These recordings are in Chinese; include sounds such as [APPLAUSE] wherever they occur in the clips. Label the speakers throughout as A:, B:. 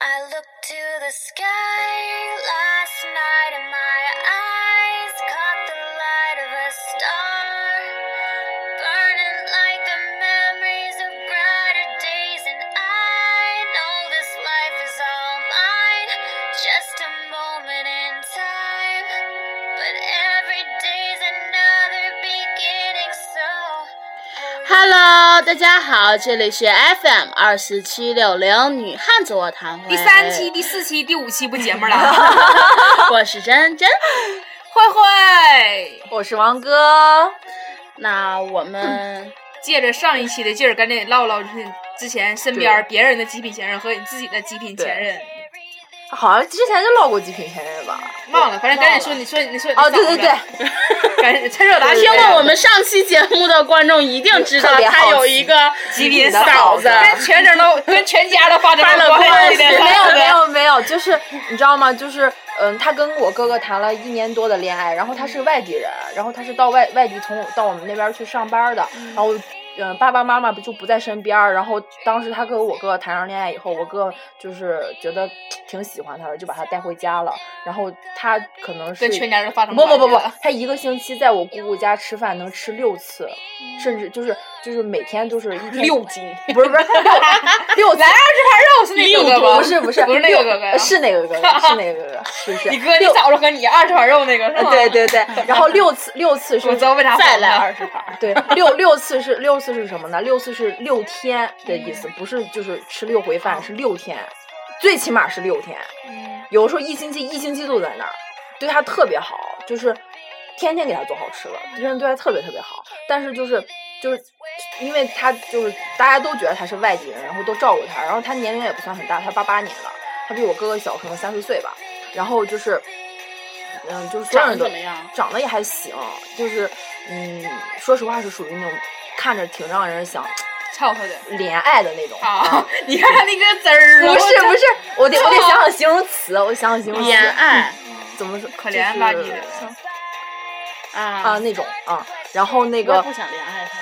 A: I looked to the sky last night, and my eyes caught the light of a star, burning like the memories of brighter days. And I know this life is all mine, just a moment in time. But every day's another beginning, so
B: Hello，大家好，这里是 FM 二四七六零女汉子卧谈会
C: 第三期、，第四期、第五期不节目了，
D: 哎
C: [LAUGHS] 慧
B: 我是真真。
C: 慧，
D: 我是王哥，
B: 那我
D: 嗯
B: 们
C: 借着上一期的劲儿，赶紧唠唠你之前身边别人的极品前任和你自己的极品前任，
D: 好像之前就唠过《极品前任》吧？
C: 忘了，反正赶紧说，你说，你说，
D: 哦，对对对，
C: 对，赶紧趁热打
D: 对
C: 铁
D: 对
B: 听
D: 对
B: 过我们上期节目的观众一定知道
D: 特，别好
B: 他
D: 奇
B: 有一个
C: 极品
B: 嫂
D: 嫂
B: 子
D: 子。
C: 跟全整都跟全家都发生
B: 发了
C: 关系
B: 关系
C: 的，
D: [LAUGHS] 没有没有没有，就是你知道吗？就是嗯，他跟我哥哥谈了一年多的恋爱，然后他是外地人，然后他是到外外地从到我们那边去上班的，然后嗯，爸爸妈妈不就不在身边儿，然后当时他跟我哥谈上恋爱以后，我哥就是觉得挺喜欢他的，就把他带回家了，然后他可能是
C: 跟全家人发生
D: 不不不不
C: 关系了，
D: 他一个星期在我姑姑家吃饭能吃六次，
C: 嗯
D: 甚至就是就是每天就是一天
C: 六级，[LAUGHS]
D: 不是不是六六次
C: 来二十盘肉是那个哥哥吗？
D: 不是不是
C: 不是那个哥哥呀
D: 六，是那个哥哥是那个哥哥是不是？
C: [LAUGHS] 你哥你
D: 六
C: 嫂子和你二十盘肉那个是吗？
D: 对，对对，然后六次六次
C: 我
D: 是
C: 知道为啥
B: 再来
C: 二十盘。
D: 对，六六次是六次是什么呢？六次是六天的意思，不是就是吃六回饭，是六天，最起码是六天。
C: 嗯
D: 有的时候一星期一星期都在那儿，对他特别好，就是天天给他做好吃的，真的对他特别特别好。但是就是就是，因为他就是大家都觉得他是外地人，然后都照顾他，然后他年龄也不算很大，他八八年的，他比我哥哥小可能三四岁吧。然后就是，嗯，就是所
B: 长
D: 有
B: 得
D: 人都
B: 怎么样？
D: 长得也还行，就是嗯，说实话是属于那种看着挺让人想
C: 操他的
D: 怜爱的那种。
C: 啊！你看他那个滋儿，
D: 不是不
C: 是，
D: 是，我得我得想想形容词，啊我想想形容词。
B: 恋爱
D: 怎么说？
C: 可
D: 就
C: 怜吧你
D: 是
C: 的
D: 啊
B: 啊，
D: 那种啊，然后那
B: 我也
D: 个
B: 不想恋爱他。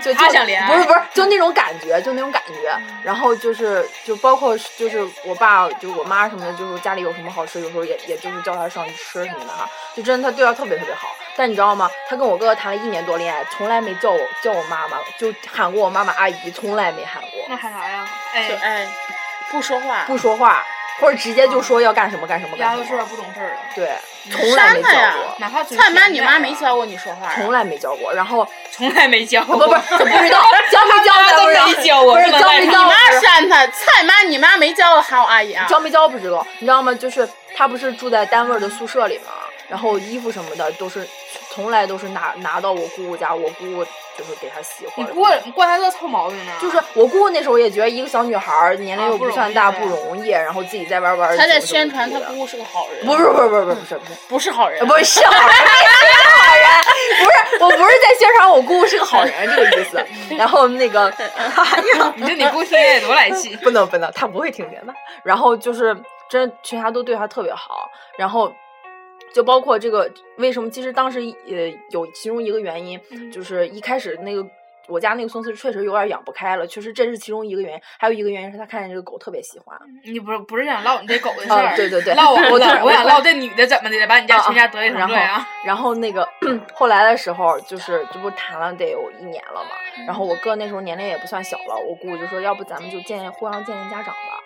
D: 就
C: 他
D: 就
C: 想恋爱
D: 不是不是，就那种感觉，就那种感觉。然后就是就包括是就是我爸就是我妈什么的，就是家里有什么好吃，有时候也也就是叫他上去吃什么的哈。就真的他对他特别特别好。但你知道吗？他跟我哥哥谈了一年多恋爱，从来没叫我叫我妈妈，就喊过我妈妈阿姨，从来没喊过，
C: 那喊啥呀？
B: 就
C: 哎，
B: 哎，不说话，
D: 不说话，或者直接就说要干什么干什么
C: 丫
D: 干
C: 头
D: 什
C: 说点
D: 么。
C: 不懂事儿了，
D: 对，从来
B: 删
D: 没
B: 了呀
D: 叫过，
C: 哪怕嘴
B: 蔡妈，
C: 甜
B: 你
C: 的
B: 妈没教过你说话啊？
D: 从来没叫过。然后
C: 从来没教
D: 不
C: 过，
D: 不不，不
C: [LAUGHS]
D: 知道教没教咱不知道，
C: 没教我
D: 不是
C: 不能
D: 教
C: 赖他
D: 没
B: 你
D: 教
B: 妈删他，蔡妈，你妈没教过喊我阿姨啊？
D: 教没教不知道，你知道吗？就是他不是住在单位的宿舍里嘛，然后衣服什么的都是从来都是拿拿到我姑姑家，我姑姑就是给他洗
C: 你
D: 或者。
C: 过惯他这臭毛病呢？
D: 就是我姑姑那时候也觉得一个小女孩儿年龄
C: 啊
D: 又
C: 不
D: 不
C: 容
D: 算
C: 易
D: 大
C: 呗
D: 不容易，然后自己在玩玩儿什
B: 她
D: 么什么
B: 在
D: 的。
B: 宣传她姑姑是个好人，
D: 不是不是不是不是不是不是
B: 不是好人，
D: 不是好人，好人，不是，我不是在宣传我姑姑是个好人这个意思。 [LAUGHS] 然后那个，哎呀，，
C: 你这你姑听也多来气
D: 不能不能，他不会听见的。然后就是真的全家都对他特别好，然后就包括这个为什么？其实当时呃有其中一个原因，就是一开始那个。我家那个孙子确实有点养不开了，确实这是其中一个原因，还有一个原因是他看见这个狗特别喜欢，
C: [LAUGHS] 你不是不是想唠你这狗的事
D: 啊
C: 儿？
D: 对对对
C: 唠我
D: 我
C: 的
D: 想
C: 我想唠这女的怎么的了，把你家全家得罪成这样。
D: 然后那个 [CLEARS THROAT] 后来的时候，就是这不谈了得有一年了嘛。然后我哥那时候年龄也不算小了，我姑姑就说，要不咱们就见见互相见见家长吧。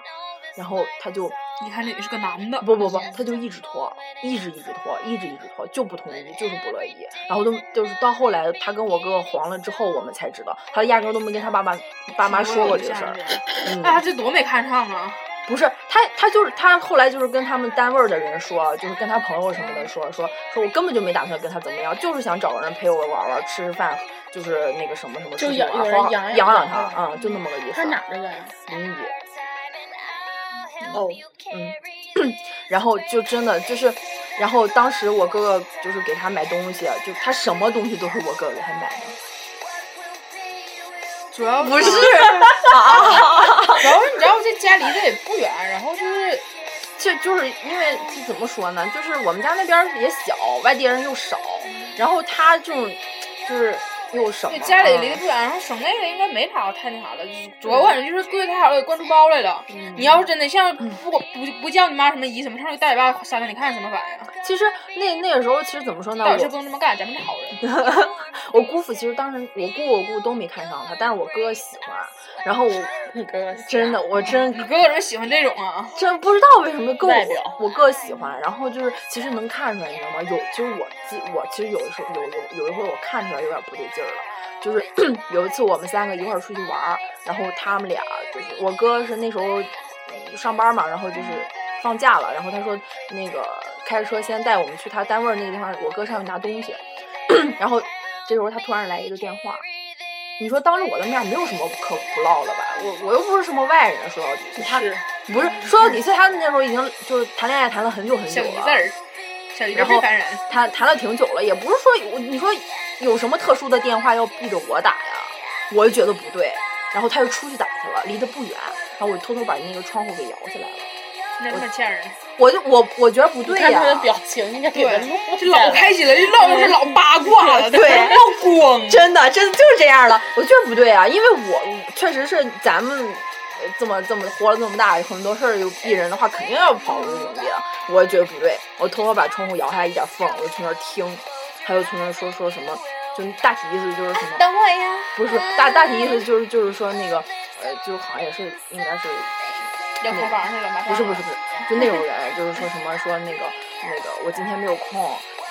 D: 然后他就
C: 你看这也是个男的，
D: 不不不，他就一直拖，一直一直拖，一直一直拖，就不同意，就是不乐意。然后都就是到后来，他跟我哥哥黄了之后，我们才知道，他压根儿都没跟他爸爸爸妈说过这个事儿。嗯
C: 哎那他这多没看上啊！
D: 不是他，他就是他后来就是跟他们单位儿的人说，就是跟他朋友什么的说，说说我根本就没打算跟他怎么样，就是想找个人陪我玩玩，吃吃饭，就是那个什么什么
B: 就
D: 出去
B: 养有
D: 玩，
B: 人
D: 好好
B: 养
D: 养
B: 养
D: 他
B: 他
D: 啊、就那么个意思嗯
B: 她。哪儿的人？
D: 邻居，
B: 哦，
D: 嗯，然后就真的就是，然后当时我哥哥就是给他买东西，啊就他什么东西都是我哥哥给他买的，
C: 主要
D: 不是
C: 主
D: 啊，
C: 要是你知道这家离得也不远，然后就是
D: 这就是因为这怎么说呢，就是我们家那边儿也小，外地人又少，然后他这种就是又省
C: 对，
D: 了。
C: 家里离得
D: 嗯
C: 不远，然后省内的应该没啥太那啥了。就是主要我感觉就是对太好了，有关注包来了。
D: 嗯
C: 你要是真的像不管不不叫你妈什么姨什么，上去带你爸山那里看什么玩意儿？
D: 其实那那个时候，其实怎么说呢？
C: 倒也是
D: 我
C: 不能这么干，咱们是好
D: [LAUGHS]
C: 人。
D: 我姑父其实当时我姑我姑都没看上他，但是我哥喜欢。然后我
B: 你哥
D: 真的我真
C: 你哥哥怎么喜欢这种啊？
D: 真不知道为什么跟
B: 外表
D: 我我个喜欢，然后就是其实能看出来，你知道吗？有就是我记我其实有的时候有有有一回我看出来有点不对劲儿了，就是 [CLEARS THROAT] 有一次我们三个一块儿出去玩儿，然后他们俩就是我哥是那时候嗯上班嘛，然后就是放假了，然后他说那个开着车先带我们去他单位儿那个地方，我哥上去拿东西， [CLEARS THROAT] 然后这时候他突然来一个电话，你说当着我的面没有什么可不唠的吧？我我又不是什么外人，说到底，他不是说到底，所以他们那时候已经就是谈恋爱谈了很久很
C: 小
D: 久
C: 姨
D: 了
C: 子，儿，小姨子
D: 然
C: 儿
D: 后
C: 最烦人。
D: 谈谈了挺久了，也不是说有你说有什么特殊的电话要逼着我打呀，我就觉得不对。然后他就出去打去了，离得不远，然后我偷偷把那个窗户给摇起来了，
C: 那他妈欠人。
D: 我就我我觉得不对
B: 看
D: 呀
B: 他、的表情，应该给他录
C: 这老
B: 下来
C: 开心了，这唠的是老八卦了，
D: [LAUGHS] 对
C: 这唠光。
D: 真的，真的就是这样了。我觉得不对啊，因为我确实是咱们呃这么这么活了这么大，有很多事儿有艺人的话，肯定要跑路怎么地的。我觉得不对，我偷偷把窗户摇下来一点缝儿，我就从那儿听，他就从那儿说说什么，就大体意思就是什么，
A: 等我呀，
D: 不是
C: 嗯
D: 大大体意思就是就是说那个呃，就是好像也是应该是
C: 要破防去了，马上。
D: 不是不是不是，就那种人，就是说什么说那个那个我今天没有空，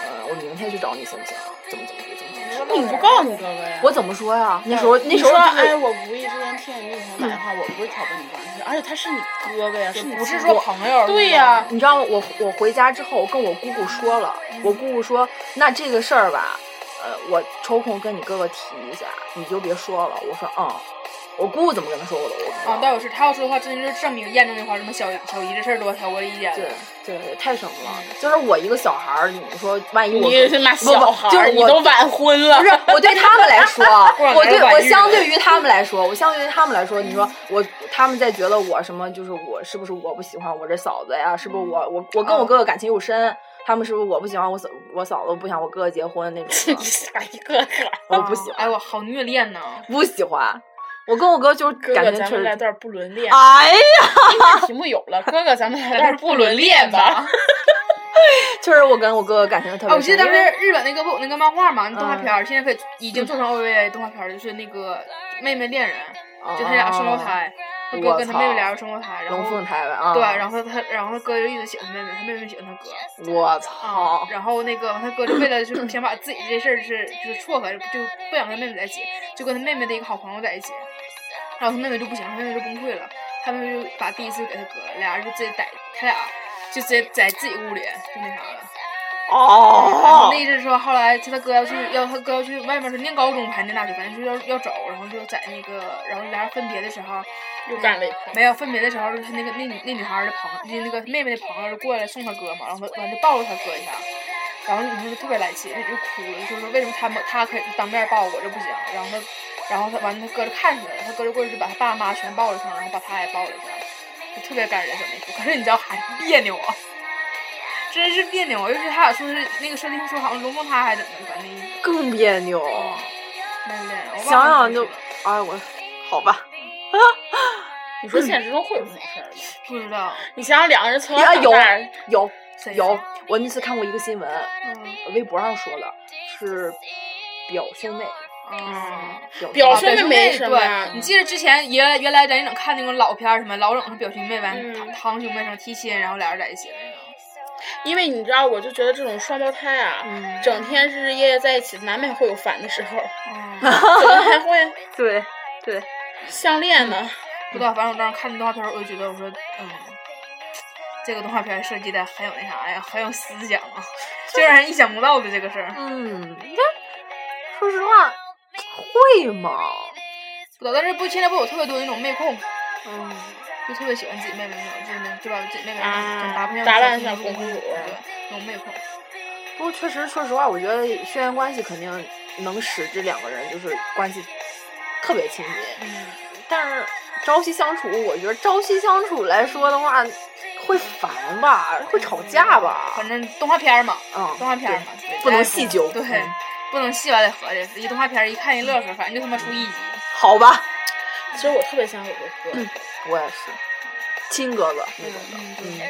D: 呃，我明天去找你行不行？怎么怎么地怎么怎么地？
B: 你不告诉你哥哥呀？
D: 我怎么说呀？那时候那
B: 你
D: 时候
B: 说，
D: 就是
B: 哎，我无意之间听你那朋友打电话，我不会挑拨你关系，而且他是你哥哥呀，是你
C: 不是
B: 亲
C: 说
B: 哥
C: 朋友。
B: 对呀
D: 你知道吗我我回家之后，我跟我姑姑说了，
B: 嗯
D: 我姑姑说，那这个事儿吧，呃，我抽空跟你哥哥提一下，你就别说了。我说嗯，我姑姑怎么跟他说我的，我不知道
B: 哦
C: 啊，倒也是，他要说的话，真就是证明验证那话，什么小小姨这事儿多挑拨离间
D: 对
C: 了。
D: 对对，太什么了？就是我一个小孩儿，你说万一我
B: 你他妈
D: 不不
B: 小孩
D: 就是
B: 儿，你
D: 我
B: 都晚婚了，
D: 不是，我对他们来说，啊
C: [LAUGHS] 过两
D: 我对
C: 年就
D: 我
C: 完育
D: 相
C: 了
D: 对于他们来说，我相对于他们来说，
C: 嗯
D: 你说我他们在觉得我什么，就是我是不是我不喜欢我这嫂子呀？是不是
C: 嗯
D: 我我我跟我哥哥感情又深？他们是不是我不喜欢我嫂我嫂子，我不想我哥哥结婚那种
B: [LAUGHS] 你
C: [LAUGHS]
D: 的？
B: 傻一个个。
D: 我不喜
C: 啊
D: 欢，
C: 哎，我好虐恋呐！
D: 不喜欢。我跟我哥就是
B: 哥
D: 感
B: 哥，
D: 觉确
B: 咱们来
D: 实，
B: 段不伦恋。
D: 哎呀，
B: 题目有了，哥哥，咱们来
C: 咱
B: 段
C: 是不伦恋吧
B: 吧。？
D: 确实我跟我哥哥感情特别深。
C: 啊，我记得当
D: 因
C: 时
D: 为
C: 日本那个不那个漫画嘛，那动画
D: 嗯
C: 片儿现在可以已经做成 OVA 动画片儿了，就是那个妹妹恋人，就他俩双胞，胎，他哥
D: 哦我
C: 跟他妹妹
D: 操
C: 俩人双胞胎，然
D: 龙
C: 后
D: 凤胎吧啊！
C: 对，然后他然后他哥就一直喜欢妹妹，他妹妹喜欢他哥。
D: 我
C: 啊、
D: 操，
C: 然后那个他哥就为了就是想把自己这事儿是就是撮合，就不想跟妹妹在一起，就跟他妹妹的一个好朋友在一起。然后他妹妹就不行，他妹妹就崩溃了，他妹妹就把第一次给他哥，俩人就直接在他俩就直接在自己屋里就那啥了。然后
D: 哦
C: 那，意思说，后来他哥要去要他哥要去外面是念高中还是念大学，反正就要要走，然后就在那个然后俩人分别的时候，
B: 又干了一炮。
C: 没有分别的时候，他那个那女那女孩儿的朋友，那那个妹妹的朋友就过来送他哥嘛，然后完就抱了他哥一下，然后那女生就特别来气，那女就哭了，就说为什么他们他可以当面抱我，这不行。然后他，然后他完了，他哥就看出来了，他哥就过去就把他爸妈全抱了一下，然后把他也抱了一下，就特别感人小那一刻。可是你知道还别扭啊，真是别扭啊，尤其他俩说是那个设定说好像龙凤胎还怎么的，反正那一
D: 更别扭。
C: 哦，那那我忘了
D: 想想就
C: 是谁了，
D: 哎我，好吧，
B: 你说现实中会有这种事儿吗？
C: 不知道
B: 你想想，两个人从小
D: 呀
B: 长
D: 啊有
B: 大，
D: 有
C: 谁
D: 有，我那次看过一个新闻，
C: 嗯
D: 微博上说的是表兄妹，
C: 嗯。
D: 表
B: 表
D: 表
B: 兄妹没什么呀嗯
C: 对，你记得之前原来原来咱也能看那种老片儿，什么老冷和表兄妹完
B: 嗯
C: 堂堂兄妹什么提亲，然后俩人在一起那种。
B: 因为你知道，我就觉得这种双胞胎啊，
D: 嗯
B: 整天日日夜夜在一起，难免会有烦的时
D: [LAUGHS]
B: 候，[LAUGHS]
C: 嗯，
B: 可能还会
D: 对对，
B: 相恋
D: 嗯
B: 呢。
C: 不知道，反正我当时看那动画片儿，我就觉得我说，嗯，这个动画片儿设计的很有那啥呀，很有思想啊，就让人意想不到的这个事
B: [LAUGHS]
C: 儿。
D: 嗯，你看，说实话，会吗？
C: 不知道，但是不现在不有特别多那种妹控，
D: 嗯，
C: 就特别喜欢自己妹妹那种，就是那就把自己妹妹
B: 啊
C: 整打扮
B: 打扮
C: 像
B: 像公主
C: 对，那种妹控。
D: 不过确实，说实话，我觉得血缘关系肯定能使这两个人就是关系特别亲密，
C: 嗯，
D: 但是朝夕相处，我觉得朝夕相处来说的话，会烦吧，会吵架吧，
C: 反正动画片儿嘛，
D: 嗯，
C: 动画片儿嘛，对
D: 不能
C: 大家
D: 细究
C: 对
D: 嗯，
C: 不不能细完了合计，一动画片儿一看一乐呵，反正就他妈出一集。
D: 好吧，
B: 其实我特别喜欢我哥
D: 嗯
B: 哥，
D: 我也是，亲哥哥那种的。
C: 嗯，对。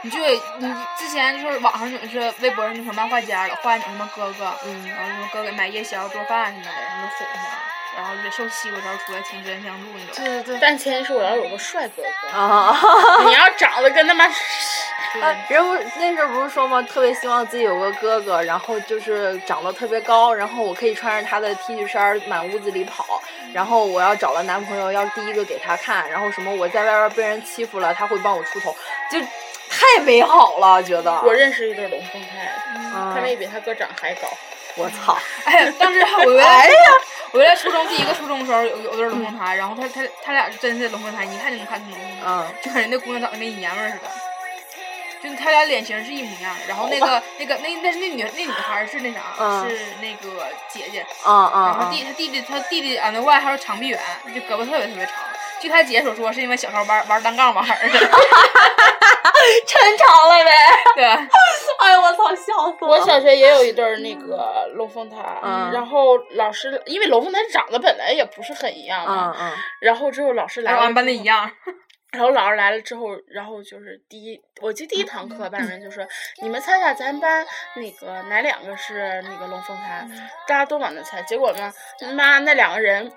C: 你就得你之前就是网上总是微博上那什么漫画家了，画那种什么哥哥，嗯，然后什么哥哥买夜宵做饭什么的，然后就哄他，然后就得受欺负的时候出来挺身相助那种。
D: 对对对。
B: 但前提是我要有个帅哥哥。
D: 啊，
B: 你要长得跟他妈，
C: 对，
D: [LAUGHS] 人不那时候不是说吗？特别希望自己有个哥哥，然后就是长得特别高，然后我可以穿着他的 T 恤衫儿满屋子里跑，然后我要找了男朋友，要第一个给他看，然后什么我在外边被人欺负了，他会帮我出头，就太美好了，觉得。
B: 我认识一对龙凤胎的，
D: 啊
B: 他那比他哥长得还高。
D: 我操！
C: 哎呀，当时我原来
D: 哎呀，
C: 我原来初中第一个初中的时候有有对龙凤胎，然后他他他俩是真是龙凤胎，一看就能看出龙凤胎，
D: 嗯，
C: 就感觉那姑娘长得跟爷们儿似的。就他俩脸型是一模一样的，然后那个
B: 哦
C: 那个那那那女那女孩是那啥，
D: 嗯
C: 是那个姐姐，
D: 啊
B: 嗯
D: 啊
C: 然后
D: 啊！
C: 弟他弟弟他弟弟俺那外号是长臂猿，就胳膊特别特别长。据他姐所说，是因为小时候玩玩单杠
B: [LAUGHS]
C: 玩儿的。
D: [LAUGHS] 抻长了呗！
C: [LAUGHS] 对，
D: 哎呀，我操，笑死
B: 我小学也有一对儿那个龙凤胎，
D: 嗯
B: 然后老师因为龙凤胎长得本来也不是很一样嘛，
D: 嗯嗯，
B: 然后之后老师来
C: 然
B: 了，
C: 后俺班的一，样。
B: 然后老师来了之后，然后就是第一，我记得第一堂课，班主任就说：“你们猜猜咱班那个哪两个是那个龙凤胎？”大家都往那猜，结果呢，妈那两个人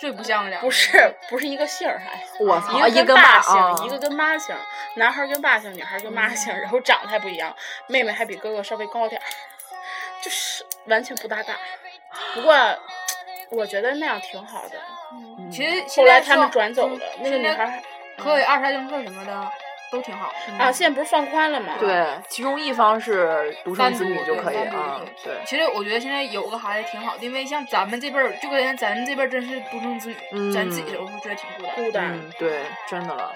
C: 最不像的两个
B: 不是不是一个姓儿，还
C: 哎
D: 我操，
B: 一个
D: 跟
B: 跟爸
D: 爸啊
B: 姓，一个跟妈姓，男孩儿跟爸姓，女孩儿跟妈姓， [LAUGHS] 然后长得还不一样，妹妹还比哥哥稍微高点儿，就是完全不搭嘎。不过我觉得那样挺好的。
C: 其实
B: 后
C: 现
B: 来
C: 在
B: 他们
C: 说
B: 转走
C: 嗯
B: 了，那个
C: 现
B: 女
C: 在
B: 孩儿
C: 可以二胎政策什么的都挺好。
B: 啊，现在不是放宽了吗？。
D: 对，其中一方是独生
C: 单
D: 子
C: 独
D: 女就
C: 对
D: 可以
C: 单独
D: 啊
C: 就可以，
D: 对，
C: 其实我觉得现在有个孩子挺好的，因为像咱们这辈儿，就感觉咱们这辈儿真是独生子女，
D: 嗯
C: 咱自己有时候觉得挺孤单。
B: 孤单，
D: 嗯，对，真的了，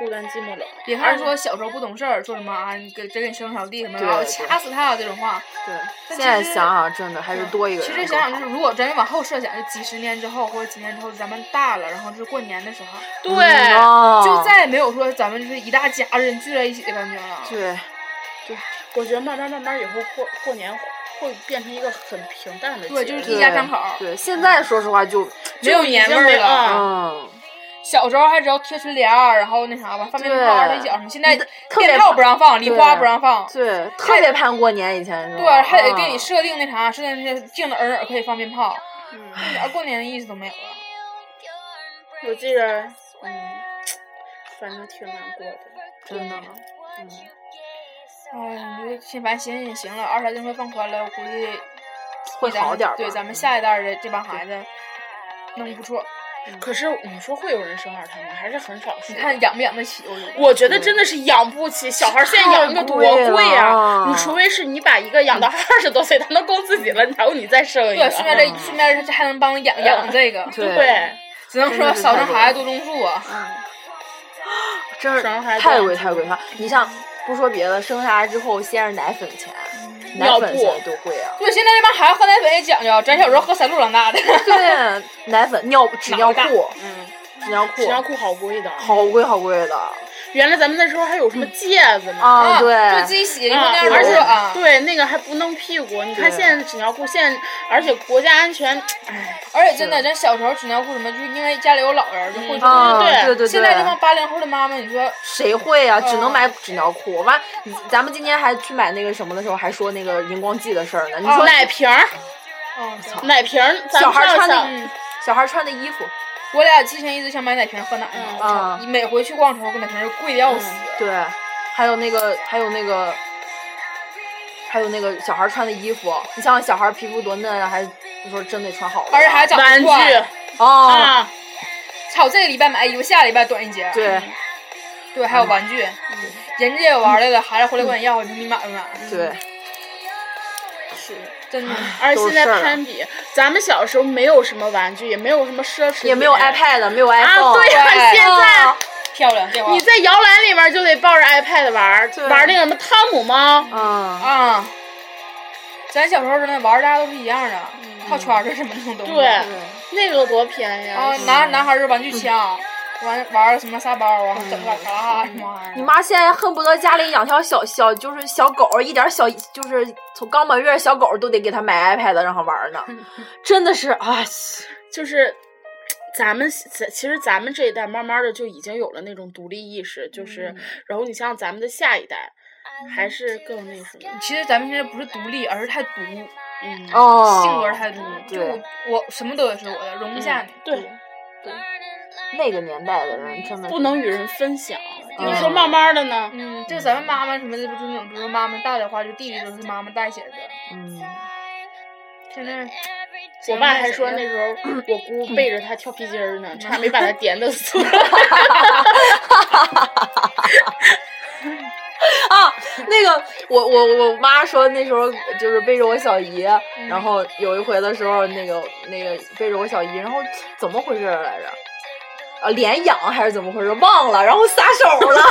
B: 孤单寂寞冷。
C: 别看说小时候不懂事儿，说什么啊，你给真给你生个小弟什么的，
D: 对
C: 啊我
D: 对
C: 掐死他这种话，
D: 对。
C: 但
D: 现
C: 其
D: 在
C: 实
D: 想想，真的还是
C: 嗯
D: 多一个人
C: 其
D: 更好。
C: 实想想，就是如果真往后设想，就几十年之后或者几年之后，咱们大了，然后就是过年的时候，
B: 对，
D: 嗯哦
C: 就再也没有说咱们就是一大家人聚在一起的感觉了。
D: 对，
B: 我觉得慢慢慢慢以后过过年会变成一个很平淡的节
C: 对，就是
B: 日
C: 一家三口儿，嗯
D: 对，现在说实话就，
C: 没有年味儿了。
B: 啊
D: 嗯，
C: 小时候还知道贴春联儿，然后那啥吧，放鞭炮、啊
D: 对
C: 二踢脚什么，现在
D: 你的特别
C: 鞭炮不让放，礼
D: 对
C: 花不让放，
D: 对，特别盼过年以前是吧？
C: 对，还得给
D: 嗯
C: 你设定那啥，设定那些净的儿可以放鞭炮，
B: 嗯
C: 一点儿过年的意思都没有了。
B: 我记着，嗯，反正挺难过的。
D: 真的，
C: 哎， [LAUGHS] 你就先反正寻思也行了，二胎政策放宽了，我估计
D: 会
C: 咱们
D: 好点儿吧。
C: 对，咱们下一代的这帮孩子弄不错，
B: 可是你说会有人生二胎吗？还是很少数。
C: 嗯你看养不养得起？我觉得
B: 我觉得真的是养不起，小孩儿现在养一个多
D: 太贵
B: 贵呀、
D: 了
B: 你除非是你把一个养到二十多岁，他能供自己了，然后你再生一
C: 嗯对，
B: 个。
C: 顺便
D: 哎
C: 这顺便这还能帮养养这个，
D: 对
B: 对，
C: 只能说少生孩子多种树啊。
D: 真是
B: 生孩子
D: 太
B: 养
D: 贵
B: 殖
D: 太贵了。你像不说别的，生下来之后先是奶粉钱，奶
B: 尿
D: 粉
B: 布
D: 现在多贵啊！
C: 对，现在这帮孩子喝奶粉也讲究，咱小时候喝三鹿长大的。
D: 对，奶粉、尿纸尿裤、
B: 嗯，
D: 纸尿
B: 纸
D: 裤，
B: 尿裤好贵的。
D: 好贵好贵的
B: 原来咱们那时候还有什么
C: 嗯
B: 戒指呢？
D: 啊！
C: 就自
D: 对，
C: 己洗，
B: 啊
C: 那样
B: 而
C: 而
B: 且
C: 且啊，
B: 对那个还不弄屁股，你看
D: 对
B: 现在纸尿裤，现在而且国家安全，哎，
C: 而且真的，咱小时候纸尿裤什么，就是因为家里有老人就会
B: 嗯
C: 穿。
D: 啊
B: 对
D: 对对对，
C: 现在这帮八零后的妈妈，你说
D: 谁会啊？只能
C: 嗯
D: 买纸尿裤。我妈，你咱们今天还去买那个什么的时候，还说那个荧光剂的事儿呢。你说
B: 哦啊奶瓶儿，
C: 嗯，对
B: 奶瓶儿，咱
D: 小孩
B: 们
D: 穿
B: 上
D: 的，小孩穿的衣服，
C: 我俩之前一直想买奶瓶喝奶
B: 嗯
C: 嘛，你每回去逛超市，奶瓶就贵的要死。
D: 对，还有那个，还有那个，还有那个小孩穿的衣服。你像小孩皮肤多嫩啊，还你说真得穿好的，
C: 而且还长
B: 玩
C: 得快，
B: 具
D: 哦，
B: 啊，
C: 操！这个礼拜买衣服，下礼拜短一截。
D: 对
C: 对，还有玩具，人家也玩来了，孩子回来管你要，你说你买不买？
D: 对，
B: 是。
C: 真的，
B: 而且
D: 都是
B: 现在
D: 事儿啊了
B: 攀比，咱们小时候没有什么玩具，也没有什么奢侈品，哎
D: 也没有 iPad，没有 iPhone，、
B: 啊，对呀、
C: 对
B: 现在
C: 漂亮，这玩
B: 你在摇篮里面就得抱着 iPad 玩儿，
D: 对
B: 玩那个什么汤姆猫，
D: 嗯，
C: 啊。咱小时候真的玩，大家都是一样的，套圈儿的什么那种东西。
D: 嗯
B: 对，那个多便宜
C: 啊
D: 哦
B: 啊！，
C: 男男孩儿是玩具枪，玩玩什么沙包啊，整个卡拉什么玩意儿。
D: 你妈现在恨不得家里养条小小就是小狗，一点小就是从刚满月小狗都得给它买 iPad 让它玩呢， [LAUGHS] 真的是哎，
B: 就是咱们咱其实咱们这一代慢慢的就已经有了那种独立意识，就是、然后你像咱们的下一代还是更那什么，
C: 其实咱们现在不是独立，而是太独，
B: 嗯，
D: 哦，
C: 性格太独。就
D: 对嗯
C: 我我什么都得是我的，容不下你。
B: 对，
D: 那个年代的人真的是
B: 不能与人分享。
D: 嗯
B: 你说慢慢的呢，
C: 嗯，就咱们妈妈什么的，不是那种，比如说妈妈带的话，就弟弟都是妈妈带起来的。
D: 嗯，
C: 现在
B: 我爸还说那时候我姑背着他跳皮筋儿呢，差没把他颠的死。
D: 啊，那个我我我妈说那时候就是背着我小姨，然后有一回的时候，那个那个背着我小姨，然后怎么回事儿来着？啊，脸痒还是怎么回事儿？忘了，然后撒手了。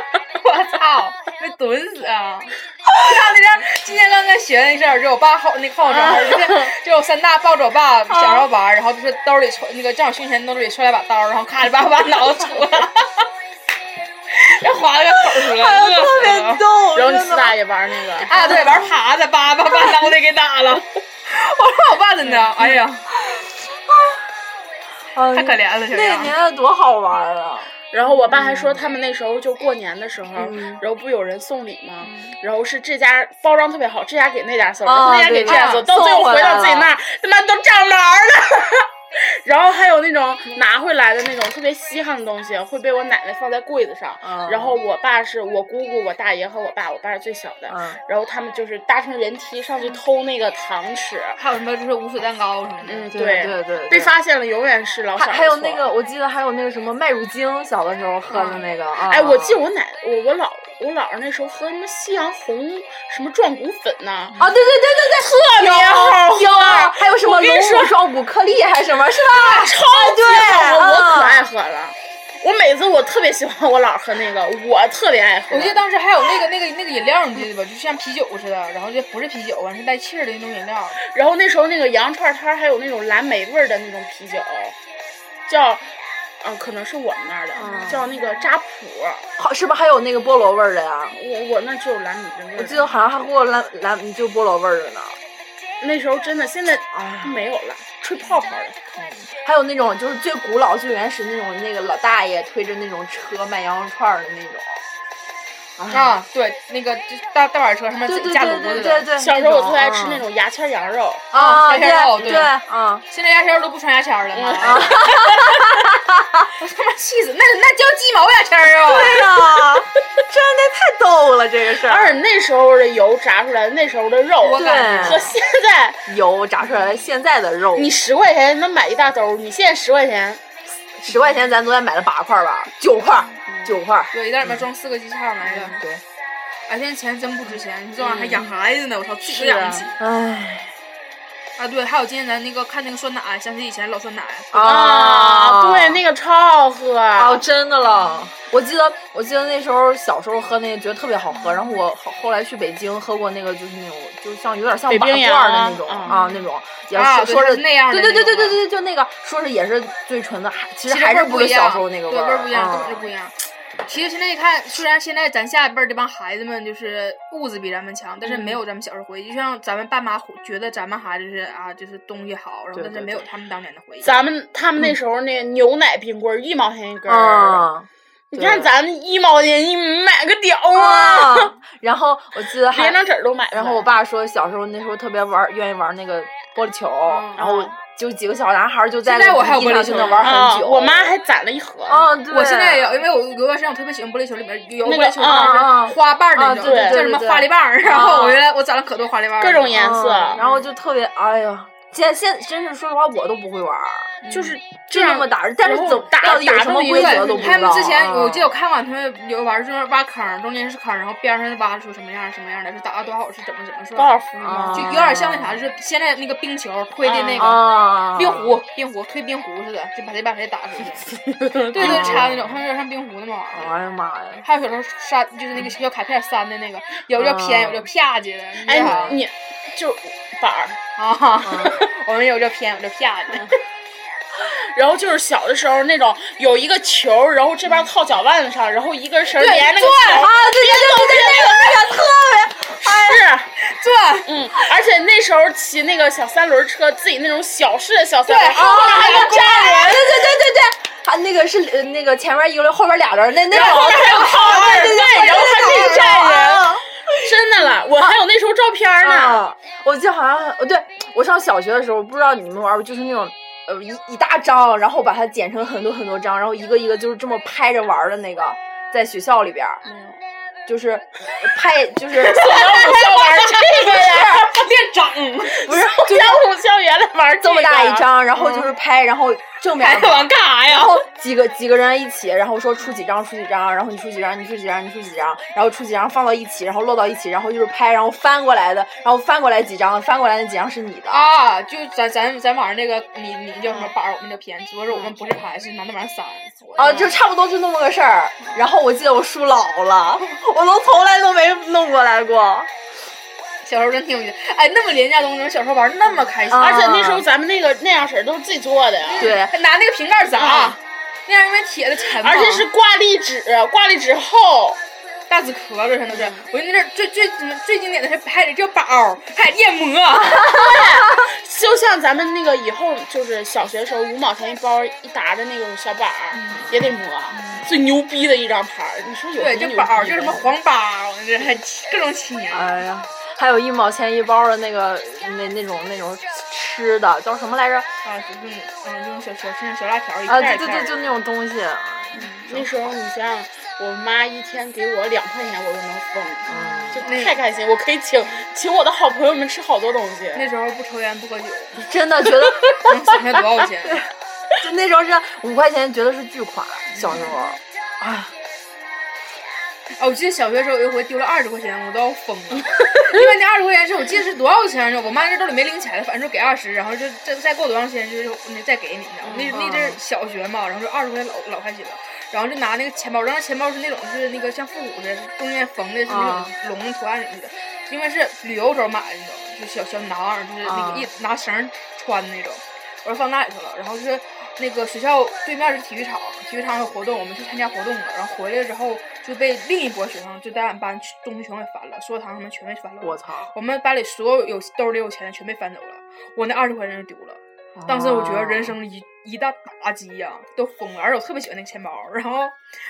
C: [LAUGHS] 我操，那蹲死啊！ [LAUGHS] 像那天今天刚刚学那事儿，就我爸号那个号召，
D: 啊
C: 就是就我三大抱着我爸小时候玩儿，然后就是兜里揣那个正好胸前兜里揣了把刀，然后咔就把我爸脑子杵了， [LAUGHS] 然后划了个口出来，
D: 哎呦，
C: 乐
D: 特
C: 死
D: 别
C: 了。
D: 逗，
B: 然后你
D: 真
B: 四
D: 的。
B: 大爷玩那个，
C: 啊，对，玩耙子，叭叭
D: [LAUGHS]
C: 把脑袋给打了。我 [LAUGHS] 说我爸真的，哎呀，
D: 哎
C: 太可怜了，小啊
D: 那个
C: 样
D: 年。代多好玩儿啊！
B: 然后我爸还说他们那时候就过年的时候，
D: 嗯
B: 然后不有人送礼吗？然后是这家包装特别好，这家给那家送，
D: 啊
B: 然后那家给
D: 对
B: 这家
D: 啊
B: 送，到最后
D: 送回
B: 回
D: 来
B: 到自己那儿，他妈都长毛了。 [LAUGHS] 然后还有那种拿回来的那种特别稀罕的东西，会被我奶奶放在柜子上。
D: 嗯
B: 然后我爸是我姑姑、我大爷和我爸，我爸是最小的。
D: 嗯
B: 然后他们就是搭成人梯上去偷那个糖吃，
D: 哦
C: 还有什么就是无水蛋糕什么的，
B: 嗯，
D: 对对对对
B: 被发现了永远是老小
D: 还
B: 的
D: 还有
B: 错
D: 那个，我记得还有那个什么麦乳精，小的时候喝的那个。啊
B: 哎，我记得我奶，我我姥，我姥儿那时候喝什么西洋红什么壮骨粉呐、
D: 啊，对对对对对，特
B: 别好喝
D: 有啊还有什么
B: 我跟你
D: 龙
B: 说
D: 骨壮骨颗粒还是什么，是吧？
B: 超级好喝，
D: 哦对
B: 我可
D: 嗯
B: 爱喝了。我每次我特别喜欢我姥儿喝那个，我特别爱喝。
C: 我记得当时还有那个那个那个饮料，你记得吧？就像啤酒似的，然后就不是啤酒，完是带气儿的那种饮料。
B: 然后那时候那个羊肉串摊儿还有那种蓝莓味儿的那种啤酒，叫，嗯、可能是我们那儿的，
D: 啊
B: 叫那个扎普。
D: 好，是不是还有那个菠萝味儿的呀？
B: 我我那只有蓝莓的味儿。
D: 我记得好像还喝过蓝蓝就菠萝味儿的呢，
B: 那时候真的，现在
D: 哎
B: 没有了，吹泡泡了。
D: 还有那种就是最古老最原始那种那个老大爷推着那种车卖羊肉串儿的那种。
C: 啊，对，那个就大大板车上面
D: 对对
C: 加
D: 对
C: 炉
D: 对
C: 子
D: 对
C: 的。
D: 对，
B: 小时候我特爱吃那
D: 种
B: 种牙签儿羊肉。
D: 嗯啊，
C: 啊
D: 对
C: 小时候对
D: 对啊，
C: 现在牙签儿都不穿牙签儿了吗？
B: 嗯
C: [LAUGHS] 我他妈气死！那那叫鸡毛牙签儿啊！
D: 对呀，真的太逗了这个事儿。
B: 而且那时候的油炸出来的那时候的肉，
C: 我感
D: 觉
B: 和现在
D: 油炸出来的现在的肉，
B: 你十块钱能买一大兜儿，你现在十块钱，
D: 十块钱咱昨天买了八块儿吧，九块儿，九块儿。
C: 对，一袋里面装四个鸡翅来的。
D: 对，
C: 哎，现在钱真不值钱，你这玩意儿还养孩子呢，我操，自己都养不起。
D: 唉
C: 啊，对，还有今天咱那个看那个酸奶，想起以前老酸奶，
B: 啊，对，那个超好喝。
C: 啊
D: 哦，真的了！我记得，我记得那时候小时候喝那个，觉得特别好喝。然后我后后来去北京喝过那个，就是那种，就像有点像
B: 北
D: 瓦罐
B: 冰洋
D: 儿的那种
B: 嗯
D: 啊，那种也
C: 啊
D: 是
C: 对
D: 说
C: 它
D: 是
C: 是那样的
D: 对对对
C: 那
D: 对
C: 种
D: 对对，就那个说是也是最纯的，还
C: 其
D: 其实
C: 实
D: 还
C: 味
D: 是
C: 儿
D: 不
C: 不
D: 是
C: 一
D: 小
C: 样，
D: 时候那个
C: 对
D: 儿，
C: 儿不一样，根本就
D: 嗯
C: 不一样。其实现在看，虽然现在咱下一辈儿这帮孩子们就是物质比咱们强，但
D: 嗯
C: 是没有咱们小时候回忆。就像咱们爸妈回觉得咱们孩子是啊，就是东西好，然后
D: 对
C: 但是
D: 对
C: 没有
D: 对
C: 他们当年的回忆。
B: 咱们他们那时候那个牛奶冰棍儿一毛钱一根儿，
D: 嗯
B: 你
D: 对
B: 看咱一毛钱你买个屌啊，
D: 啊！然后我记得还
B: 连张纸儿都买不来。
D: 哦然后我爸说，小时候那时候特别玩，愿意玩那个玻璃球，然后就几个小男孩儿就在
C: 嗯现在
D: 那
C: 我
D: 个
C: 还有
D: 地
C: 玻璃
D: 上
C: 球
D: 就能
C: 呢
D: 玩
B: 啊
D: 很久。
B: 我妈还攒了一盒。
D: 啊，对，
C: 我现在也有，因为我有段时间我特别喜欢玻璃球，里面有
B: 那
C: 玻
B: 个
C: 璃球棒
D: 啊
C: 是花瓣儿那
D: 啊
C: 种，
B: 对
C: 叫什么
D: 对对
C: 花梨棒儿。然后
D: 啊
C: 我原来我攒了可多花梨棒儿了，
B: 各种颜色
D: 嗯然后就特别，哎呀，现在现在真是说实话，我都不会玩儿，
B: 就是
D: 就那么打，但是
B: 然后
D: 怎么
B: 打
D: 到底有
B: 打
D: 什么
B: 到一
D: 规
B: 个
D: 则都不知道。啊
C: 他们之前我记得
D: 就
C: 我看过，他们有玩儿就是挖坑儿，中间是坑儿，然后边上挖出什么样儿什么样儿来，是打到多少是怎么怎么说，
B: 高尔夫
D: 啊
B: 吗？
C: 就有点像那啥，就是现在那个冰球推的那
B: 哦
C: 个
D: 啊，
C: 冰壶，冰壶推冰壶似的，就把谁把谁打出
B: [LAUGHS]
C: 去，
D: [LAUGHS]
C: 对对，插那种，他们有点像冰壶那么玩意
B: 哦
C: 儿。
D: 哎呀妈呀！
C: 还有小时候刷就是那个小卡片删的那个，有叫偏，有叫啪叽的，你知道吗
B: 哦哎，你哦就板儿，
C: [LAUGHS]
B: 嗯
C: 啊，我们有叫偏，有叫啪叽的。
B: 然后就是小的时候那种有一个球，然后这边套脚腕子上，然后一根绳儿
C: 对
B: 连那个
C: 对
B: 球
D: 啊
B: 儿，，
D: 对对对对哎对，那个那个特
B: 是。
C: 对，
D: 别，
B: 嗯，而且那时候骑那个小三轮车，自己那种小式的小
C: 对
B: 三轮车，
C: 啊
B: 后面还能扎人，
D: 哦对对对对对，他那个是呃那个前面一个人，后边俩人，那那
B: 然后后
D: 种
B: 面还有靠
D: 对
B: 背，
D: 对对，
B: 对，然后他自己站人，
D: 啊
B: 真的了，我还有那时候照片呢。
D: 啊！我记得好像，呃对我上小学的时候，不知道你们玩儿，就是那种。呃，一一大张，然后把它剪成很多很多张，然后一个一个就是这么拍着玩儿的那个，在学校里边儿
B: 没有，
D: 就是呃拍，就是 [LAUGHS]
B: 然后我校玩这个呀，
C: 店长
D: 不是 [LAUGHS]
B: 江湖校园里玩
D: 这么大一
B: 个， [LAUGHS]
D: 张，然后就是拍，然后正面
B: 哎
C: 还
D: 的
C: 在玩干啥
D: 然
C: 呀？
D: 后啊几个几个人一起，然后说出几张出几张，然后你出几张，你出几张，你出几张，然后出几张放到一起，然后摞到一起，然后就是拍，然后翻过来的，然后翻过来几张，翻过来那几张是你的。
C: 啊，就咱咱咱玩那个，你你叫什
B: 嗯
C: 么板儿，我们叫偏，只不过是我们不是牌，是拿那玩意儿删。
D: 啊，
B: 哦
D: 就差不多就那么个事儿。然后我记得我输老了，我都从来都没弄过来过。
C: 小时候真挺有意思，哎，那么廉价的东西，小时候玩那么开心，
D: 啊
B: 而且那时候咱们那个那样式儿都是自己做的呀。
D: 对，
C: 还拿那个瓶盖砸
B: 啊，
C: 那样因为铁的沉嘛，
B: 而且是挂历纸，挂历纸厚，
C: 大纸壳子上都是。我那阵儿最最最经典的是还得这包儿，还得面膜，
B: 就像咱们那个以后就是小学时候五毛钱一包一沓的那种小板儿，
C: 嗯
B: 也得磨。最牛逼的一张牌儿，你说有
C: [LAUGHS] 对，
B: 多
C: 这
B: 牛
C: 包儿
B: 逼
C: 就什么
B: 呢
C: 黄包儿，这还各种起名儿。
D: 哎呀，还有一毛钱一包的那个那那种那种吃的叫什么来着？
C: 啊，就是嗯，用小小吃小辣条一片
D: 啊，
C: 儿
D: 对
C: 一
D: 对
C: 片儿
D: 对，就那种东西。
B: 那时候你想想，我妈一天给我两块钱，我都能疯，就
C: 啊那
B: 太开心。我可以请请我的好朋友们吃好多东西。
C: 那时候不抽烟不喝酒，
D: 真的觉得， [LAUGHS]
C: 能省下多少钱？
D: 就那时候是五块钱，觉得是巨款。小时候，哎，
C: 啊，我记得小学时候有一回丢了二十块钱，我都要疯了。因为那二十块钱是我记得是多少钱是我妈那兜里没零钱了，反正说给二十，然后就再再过多长时间就是那再给你，你知道吗？那那阵儿小学嘛，然后就二十块钱老老开心了。然后就拿那个钱包，当时钱包是那种是那个像复古似的，中间缝的是那
D: 啊
C: 种龙图案什么的，因为是旅游时候买的，你知道吗？就小小囊儿，就是那
D: 啊
C: 个一拿绳儿穿的那种。我说放那里头了，然后就是那个学校对面是体育场，体育场有活动，我们去参加活动了，然后回来之后就被另一波学生，就在俺班去东西全给翻了，所有堂他们全被翻了。
D: 我！操！
C: 我们班里所有有兜里有钱的全被翻走了，我那二十块钱就丢了。当时我觉得人生一一大打击呀、都疯了。而且我特别喜欢那个钱包，然后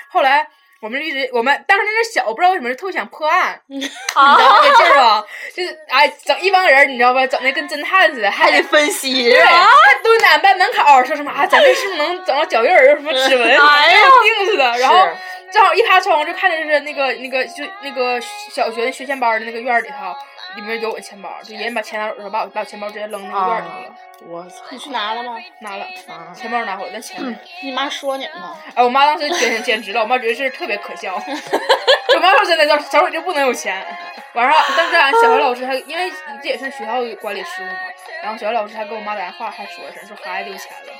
C: 后来。我们就一直，我们当时那阵小，不知道为什么特别想破 [LAUGHS] 案，你
D: 啊
C: 知，道那个劲儿吧？就是哎，整一帮人，你知道吧？整的跟侦探似的，还
D: 哦还
C: 得
D: 得分啊析，
C: 对，
D: 是吧
C: 他蹲在俺班门口儿说什么
D: [LAUGHS]
C: 啊，咱这是不是能整到脚印儿，有什么指纹，
D: 哎呀
C: 定似的。然后
D: 是
C: 正好一趴窗户就看见是那个那个就那个小学学前班儿的那个院儿里头，里面有我钱包，就人家把钱拿走的时候，把我把我钱包直接扔那个院儿里头了，
D: 我操！
B: 你去拿了吗？
C: 拿了
D: 啊嗯
C: 钱包拿回来，但钱没了。
B: 你妈说你吗？
C: 哎，我妈当时简简直了，我妈觉得是特别可
D: [LAUGHS]
C: 笑。我妈说真的，小小时候就不能有钱。完了，当时俺啊小学老师还因为这也算学校管理失误嘛，然后小学老师还跟我妈打电话还说一声，说孩子丢钱了。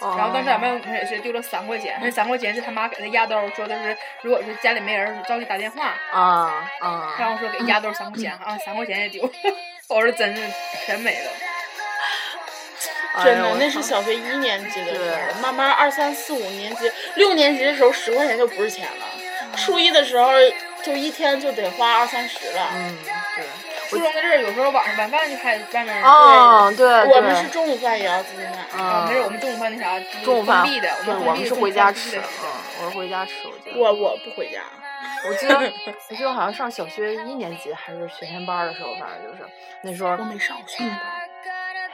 D: 哦
C: 然后当时俺班有女生也是丢了三块钱，那三块钱是他妈给他压兜儿，说的是如果说家里没人，着急打电话，
D: 啊啊！
C: 然后说给压兜儿三块钱啊，三块钱也丢。 [LAUGHS] 我说真是全没了，
B: 真
D: 哎呦
B: 的，
D: 我
B: 那
D: 操
B: 是小学一年级的时候，慢慢二三四五年级、六年级的时候，十块钱就不是钱了。
C: 嗯
B: 初一的时候，就一天就得花二三十了。
D: 嗯，对。
C: 初中的阵儿有时候晚上晚饭就开始外面
D: 哦，对，
B: 我们
D: 对
B: 是中午饭也要自己买。
C: 啊，没事，我
D: 嗯，
C: 们中午饭那啥，就是
D: 中午饭
C: 封闭的，
D: 对，
C: 们
D: 我
C: 封
D: 们
C: 闭
D: 是
C: 中午
D: 回
C: 饭
D: 家
C: 必须
D: 吃，
C: 得
D: 嗯，我是回家吃，我记得。
B: 我我不回家，
D: 我记得，我记得好像上小学一年级还是学前班儿的时候，反正就是那时候
B: 我，没上过学。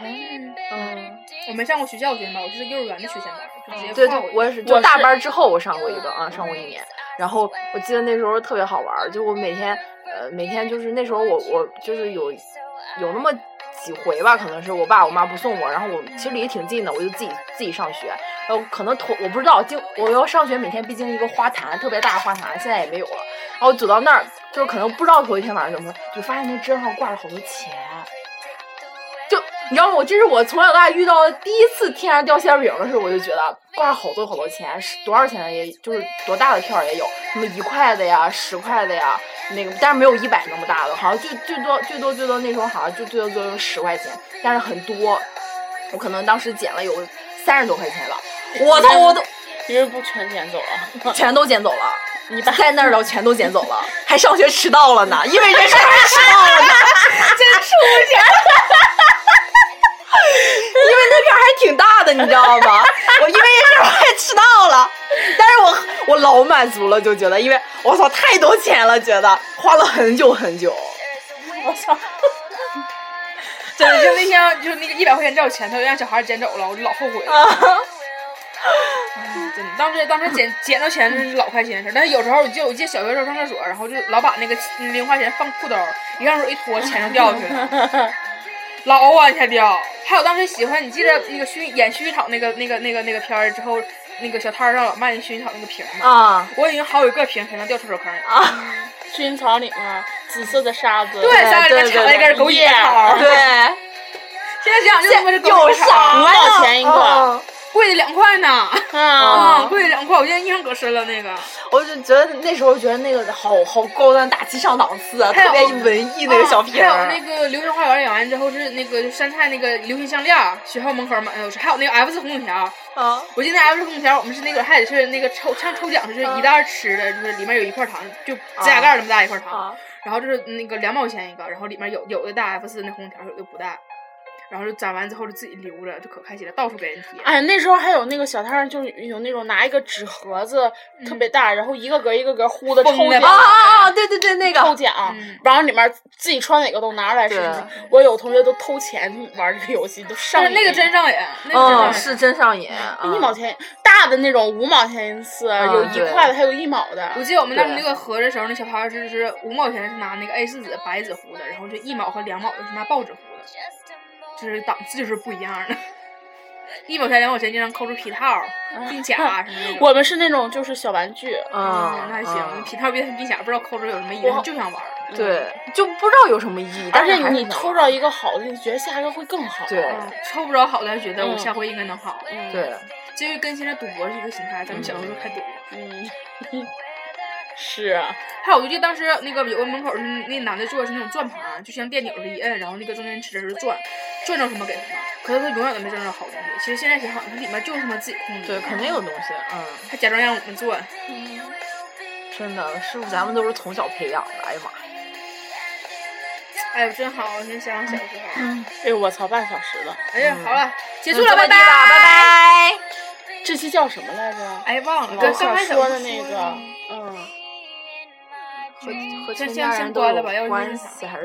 D: 嗯嗯，
C: 我没上过学校学前班，我是幼儿园的学前班，就直接
D: 哦对
C: 跨过
D: 对，
C: 去
D: 我也是，
B: 我
D: 就是大班儿之后我上过一个啊，上过一年。然后我记得那时候特别好玩儿，就我每天，呃，每天就是那时候我我就是有有那么几回吧，可能是我爸我妈不送我，然后我其实离得挺近的，我就自己自己上学。然后可能头我不知道，经我要上学每天必经一个花坛，特别大的花坛，现在也没有了。然后走到那儿，就是可能不知道头一天晚上怎么回事，就发现那针上挂着好多钱。就你知道吗？我这是我从小到大遇到的第一次天上掉馅饼的时候，我就觉得挂着好多好多钱，是多少钱的也就是多大的票也有，什么一块的呀、十块的呀，那个但是没有一百那么大的，好像最最多最多最多那时候好像就最多最多十块钱，但是很多，我可能当时捡了有三十多块钱了，我都我都
B: 因为不全捡走啊了。
D: 全都捡走了。
B: 你爸
D: 在那儿的全都捡走了，还上学迟到了呢，因为人上学迟到了呢，真出息。因为那片儿还挺大的，你知道吗？我因为这事儿还迟到了，但是我我老满足了，就觉得，因为我操太多钱了，觉得花了很久很久。
C: 我操！ [LAUGHS] 真的，就那天，就是那个一百块钱在我前头让小孩捡走了，我就老后悔了。
D: 啊，
C: 真的，当时当时捡捡到钱是老开心的事儿，但是有时候我记得我记得小学时候上厕所，然后就老把那个嗯零花钱放裤兜儿，一上手一脱，钱就掉下去了，
D: [LAUGHS]
C: 老往下掉。还有当时喜欢，你记得那个薰演薰衣草那个那个那个那个片儿之后，那个小摊儿上老卖那薰衣草那个瓶儿嘛，
D: 啊
C: 我已经好几个瓶全都掉厕所坑里了。
D: 啊！
B: 薰衣草里面紫色的沙子，
C: 对，家里面
D: 对
C: 插
D: 对
C: 了一根狗尾草儿。
D: 对，
C: 现在想想就他妈是狗
D: 有
C: 尾草
D: 啥
C: 儿，
B: 五毛钱一个
D: 嗯
C: 贵的两块呢。
B: 啊，
C: 啊，贵的两块，我现在印象可深了那个。
D: 我就觉得那时候觉得那个好好高端大气上档次啊，
C: 还有
D: 特别文艺那个小
C: 啊
D: 品儿
C: 还有那个流星花园演完之后是那个山菜那个流星项链儿，学校门口买的，还有那个 F 字红薯条。
D: 啊，
C: 我记得那 F 字红薯条，我们是那个还得是那个抽像抽奖似的，就是一袋儿吃的，就是里面有一块糖，就指甲盖儿那么大一块糖，
D: 啊
C: 然后就是那个两毛钱一个，然后里面有有的带 F 四那红薯条，有的不带。然后就攒完之后就自己留着，就可开心了，到处给人贴。
B: 哎，那时候还有那个小摊儿，就是有那种拿一个纸盒子特别大，然后一个格一个格呼的抽
C: 封的
B: 奖
C: 吧
D: 啊啊！啊！对对对，那
B: 抽
D: 个
B: 奖，
C: 嗯
B: 然后里面自己穿哪个都拿出来试试
D: 对。
B: 我有同学都偷钱去玩这个游戏，都上
C: 但是
B: 瘾。
C: 那个真上瘾，哦那个真上
D: 嗯，
C: 瘾。
D: 是真上瘾，啊
B: 一毛钱大的那种五毛钱一次，有一
D: 对
B: 块的，还有一毛的。
C: 我记得我们当时那
D: 对
C: 个合着时候，那小摊儿是是五毛钱是拿那个 A 四纸白纸糊的，然后就一毛和两毛就是拿报纸糊的，就是档次就是不一样的。一毛钱两毛钱经常抠出皮套、冰甲啊什么的。
B: 我们啊是那种就是小玩具，
D: 嗯
C: 嗯，，那还行，
D: 嗯
C: 皮套冰冰甲不知道抠出有什么意义，
B: 我
C: 他就想玩儿。
D: 对，就不知道有什么意义，
B: 而
D: 但
B: 且
D: 是还是
B: 你
D: 想
B: 偷
D: 玩
B: 着一个好的，你觉得下一个会更好。
D: 对
C: 嗯抽不着好的，觉得我
B: 嗯
C: 下回应该能好。
B: 嗯，
D: 对，
C: 这就跟现在赌博是一个心态，咱们小时候还赌。
B: 嗯， [LAUGHS] 是啊，
C: 还有，我就记得当时那个有个门口儿嗯那那男的做的是那种转盘，就像电钮似的，一摁，然后那个中间吃的是转，转着什么给什么。可是他永远都没转着好东西。其实现在想想，它里面就是他妈自己控制。
D: 对，肯定有东西，嗯，
C: 还假装让我们转。
D: 真的，师傅咱们都是从小培养的，哎呀妈，
C: 哎呦，真好！我先想想小时候。
B: 哎呦我操，半小时了，
C: 哎呀，好了，结
D: 结
C: 束了，拜拜。
D: 拜拜。
B: 这期叫什么来着？
C: 哎，忘了，
B: 我
C: 跟刚
B: 想
C: 才
B: 说
C: 的
B: 的那个，嗯。
D: 和和
C: 先
D: 全
C: 先
D: 家
C: 先
D: 人都
C: 关
D: 有
C: 了吧要不
D: 关
C: 然想
D: 系还是